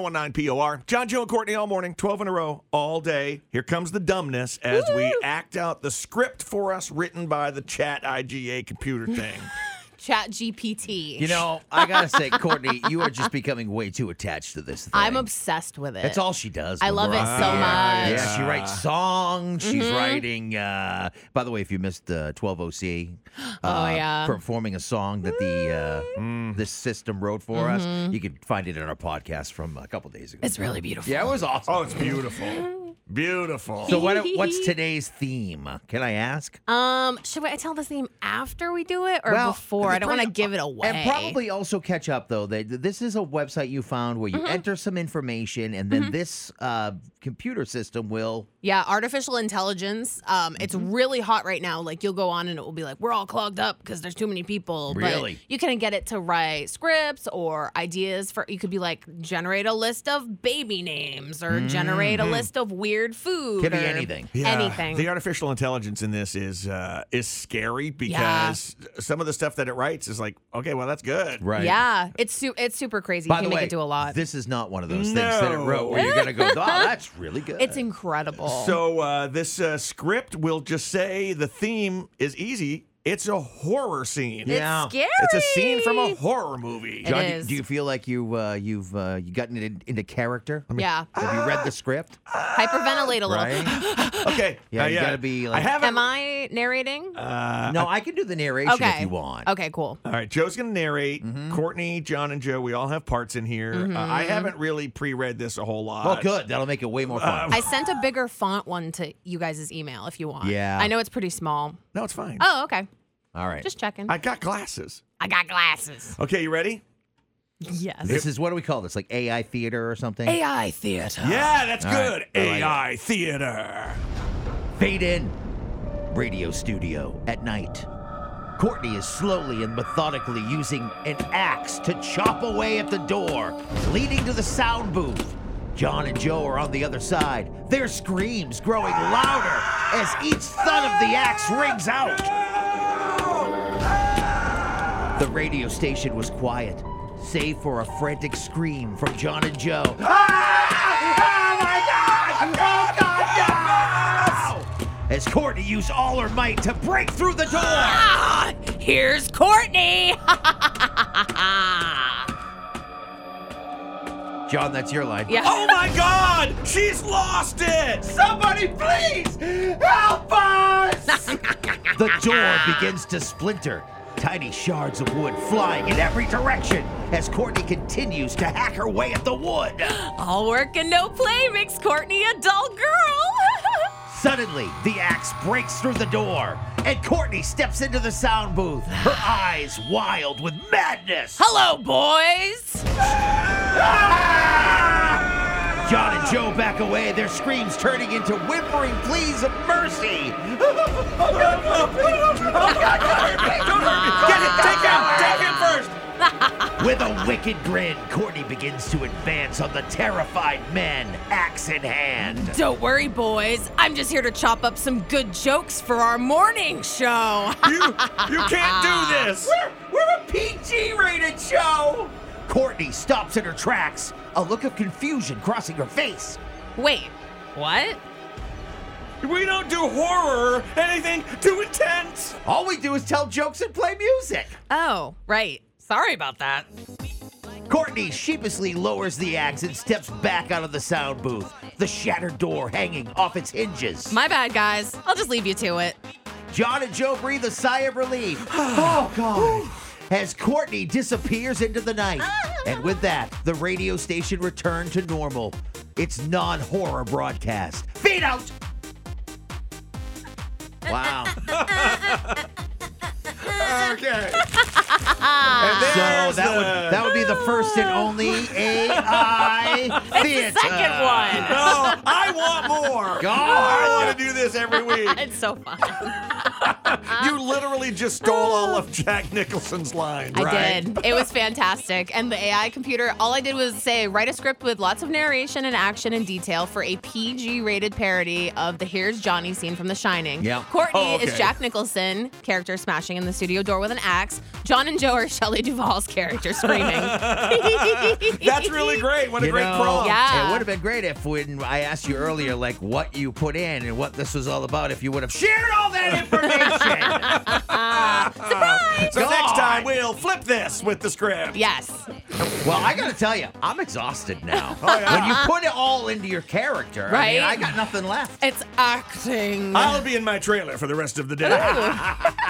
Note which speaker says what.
Speaker 1: 1019 POR. John, Joe, and Courtney all morning, 12 in a row, all day. Here comes the dumbness as we act out the script for us written by the chat IGA computer thing.
Speaker 2: Chat GPT.
Speaker 3: You know, I gotta say, Courtney, you are just becoming way too attached to this thing.
Speaker 2: I'm obsessed with it.
Speaker 3: That's all she does.
Speaker 2: I
Speaker 3: when
Speaker 2: love
Speaker 3: we're
Speaker 2: it
Speaker 3: on
Speaker 2: so
Speaker 3: the air.
Speaker 2: much. Mm-hmm.
Speaker 3: Yeah, she writes songs. She's writing. Uh, by the way, if you missed uh, 12OC, uh,
Speaker 2: Oh, yeah.
Speaker 3: performing a song that the uh, this system wrote for us, you can find it in our podcast from a couple days ago.
Speaker 2: Mm-hmm. It's really beautiful.
Speaker 3: yeah, it was awesome.
Speaker 1: Oh, it's beautiful. Beautiful.
Speaker 3: So what, what's today's theme? Can I ask?
Speaker 2: Um, should I tell this name after we do it or before? I don't want to give it away.
Speaker 3: And probably also catch up though. They, this is a website you found where you enter some information, and then
Speaker 2: Mm-hmm.
Speaker 3: this uh, computer system will.
Speaker 2: Yeah, artificial intelligence. Um, it's
Speaker 3: Mm-hmm.
Speaker 2: really hot right now. Like you'll go on and it will be like, we're all clogged up because there's too many people.
Speaker 3: Really?
Speaker 2: But you can get it to write scripts or ideas for. You could be like, generate a list of baby names or generate a list of weird food.
Speaker 3: Mm-hmm. Could be
Speaker 2: or
Speaker 3: anything.
Speaker 2: Anything.
Speaker 1: The artificial intelligence in this is uh, is scary because some of the stuff that it writes is like, okay, well that's good.
Speaker 3: Right.
Speaker 2: Yeah, it's su- it's super crazy.
Speaker 3: By
Speaker 2: you
Speaker 3: the
Speaker 2: can
Speaker 3: way,
Speaker 2: make it do a lot.
Speaker 3: This is not one of those things that it wrote where you're gonna go, oh, that's really good.
Speaker 2: it's incredible.
Speaker 1: So uh, this uh, script will just say the theme is easy. It's a horror scene.
Speaker 2: it's
Speaker 3: yeah.
Speaker 2: scary.
Speaker 1: It's a scene from a horror movie.
Speaker 3: John, do,
Speaker 2: is.
Speaker 3: do you feel like you uh, you've uh, you gotten it in, into character?
Speaker 2: Yeah,
Speaker 3: Have you read the script?
Speaker 2: hyperventilate a little.
Speaker 3: Right.
Speaker 1: Okay.
Speaker 3: Yeah,
Speaker 1: not
Speaker 3: you
Speaker 1: yet.
Speaker 3: gotta be like-
Speaker 1: I haven't.
Speaker 2: Am I narrating?
Speaker 3: no, I can do the narration
Speaker 2: okay.
Speaker 3: if you want.
Speaker 2: Okay, cool.
Speaker 1: All right, Joe's going to narrate.
Speaker 3: Mm-hmm.
Speaker 1: Courtney, John, and Joe, we all have parts in here.
Speaker 2: Mm-hmm.
Speaker 1: Uh, I haven't really pre-read this a whole lot.
Speaker 3: Well, good. That'll make it way more fun.
Speaker 2: I sent a bigger font one to you guys' email if you want.
Speaker 3: Yeah.
Speaker 2: I know it's pretty small.
Speaker 1: No, it's fine.
Speaker 2: Oh, okay.
Speaker 3: All right.
Speaker 2: Just checking.
Speaker 1: I got glasses.
Speaker 2: I got glasses.
Speaker 1: Okay, you ready?
Speaker 2: Yes.
Speaker 3: this is what do we call this? Like AI theater or something?
Speaker 2: AI theater.
Speaker 1: yeah, that's
Speaker 3: all
Speaker 1: good.
Speaker 3: right. I like
Speaker 1: AI theater.
Speaker 3: Fade in. Radio studio at night. Courtney is slowly and methodically using an axe to chop away at the door, leading to the sound booth. John and Joe are on the other side, their screams growing louder as each thud of the axe rings out. The radio station was quiet, save for a frantic scream from John and Joe.
Speaker 2: Ah! Oh
Speaker 3: Oh as Courtney used all her might to break through the door.
Speaker 2: Ah, here's Courtney.
Speaker 3: John, that's your line.
Speaker 2: yeah.
Speaker 1: Oh my God! She's lost it.
Speaker 3: Somebody, please help us! the door begins to splinter, tiny shards of wood flying in every direction as Courtney continues to hack her way at the wood.
Speaker 2: All work and no play makes Courtney a dull girl.
Speaker 3: Suddenly, the axe breaks through the door, and Courtney steps into the sound booth, her eyes wild with madness.
Speaker 2: Hello, boys.
Speaker 3: Ah! John and Joe back away, their screams turning into whimpering pleas of mercy.
Speaker 1: Get it. Take him. Take him first.
Speaker 3: With a wicked grin, Courtney begins to advance on the terrified men, axe in hand.
Speaker 2: Don't worry, boys. I'm just here to chop up some good jokes for our morning show.
Speaker 1: You. You can't do this.
Speaker 3: We're a PG rated show! Courtney stops in her tracks, a look of confusion crossing her face.
Speaker 2: Wait, what?
Speaker 1: We don't do horror. or Anything too intense.
Speaker 3: All we do is tell jokes and play music.
Speaker 2: Oh, right. Sorry about that.
Speaker 3: Courtney sheepishly lowers the axe and steps back out of the sound booth, the shattered door hanging off its hinges.
Speaker 2: My bad, guys. I'll just leave you to it.
Speaker 3: John and Joe breathe a sigh of relief. oh, God. As Courtney disappears into the night. And with that, the radio station returned to normal. Its non horror broadcast. Feed out! Wow.
Speaker 1: Okay. and
Speaker 3: So
Speaker 1: there's
Speaker 3: that
Speaker 1: the-
Speaker 3: would that would be the first and only AI theater.
Speaker 2: Second one.
Speaker 1: No, I want more.
Speaker 3: God.
Speaker 1: I want to do this every week.
Speaker 2: It's so fun.
Speaker 1: you literally just stole all of Jack Nicholson's lines,
Speaker 2: I
Speaker 1: right?
Speaker 2: did. It was fantastic. And the AI computer, all I did was say, write a script with lots of narration and action and detail for a PG rated parody of the Here's Johnny scene from The Shining.
Speaker 3: Yeah.
Speaker 2: Courtney
Speaker 1: Oh, okay.
Speaker 2: is Jack Nicholson, character smashing in the studio door with an axe. John and Joe are Shelley Duvall's character screaming.
Speaker 1: That's really great. What a
Speaker 3: You
Speaker 1: great
Speaker 3: know,
Speaker 1: prompt.
Speaker 2: Yeah.
Speaker 3: It would have been great if when I asked you earlier, like what you put in and what this was all about, if you would have shared all that information.
Speaker 1: So
Speaker 3: God.
Speaker 1: next time we'll flip this with the script.
Speaker 2: Yes.
Speaker 3: well, I gotta tell you, I'm exhausted now.
Speaker 1: Oh, yeah.
Speaker 3: When you put it all into your character, I mean,
Speaker 2: Right?
Speaker 3: I got nothing left.
Speaker 2: It's acting.
Speaker 1: I'll be in my trailer for the rest of the day.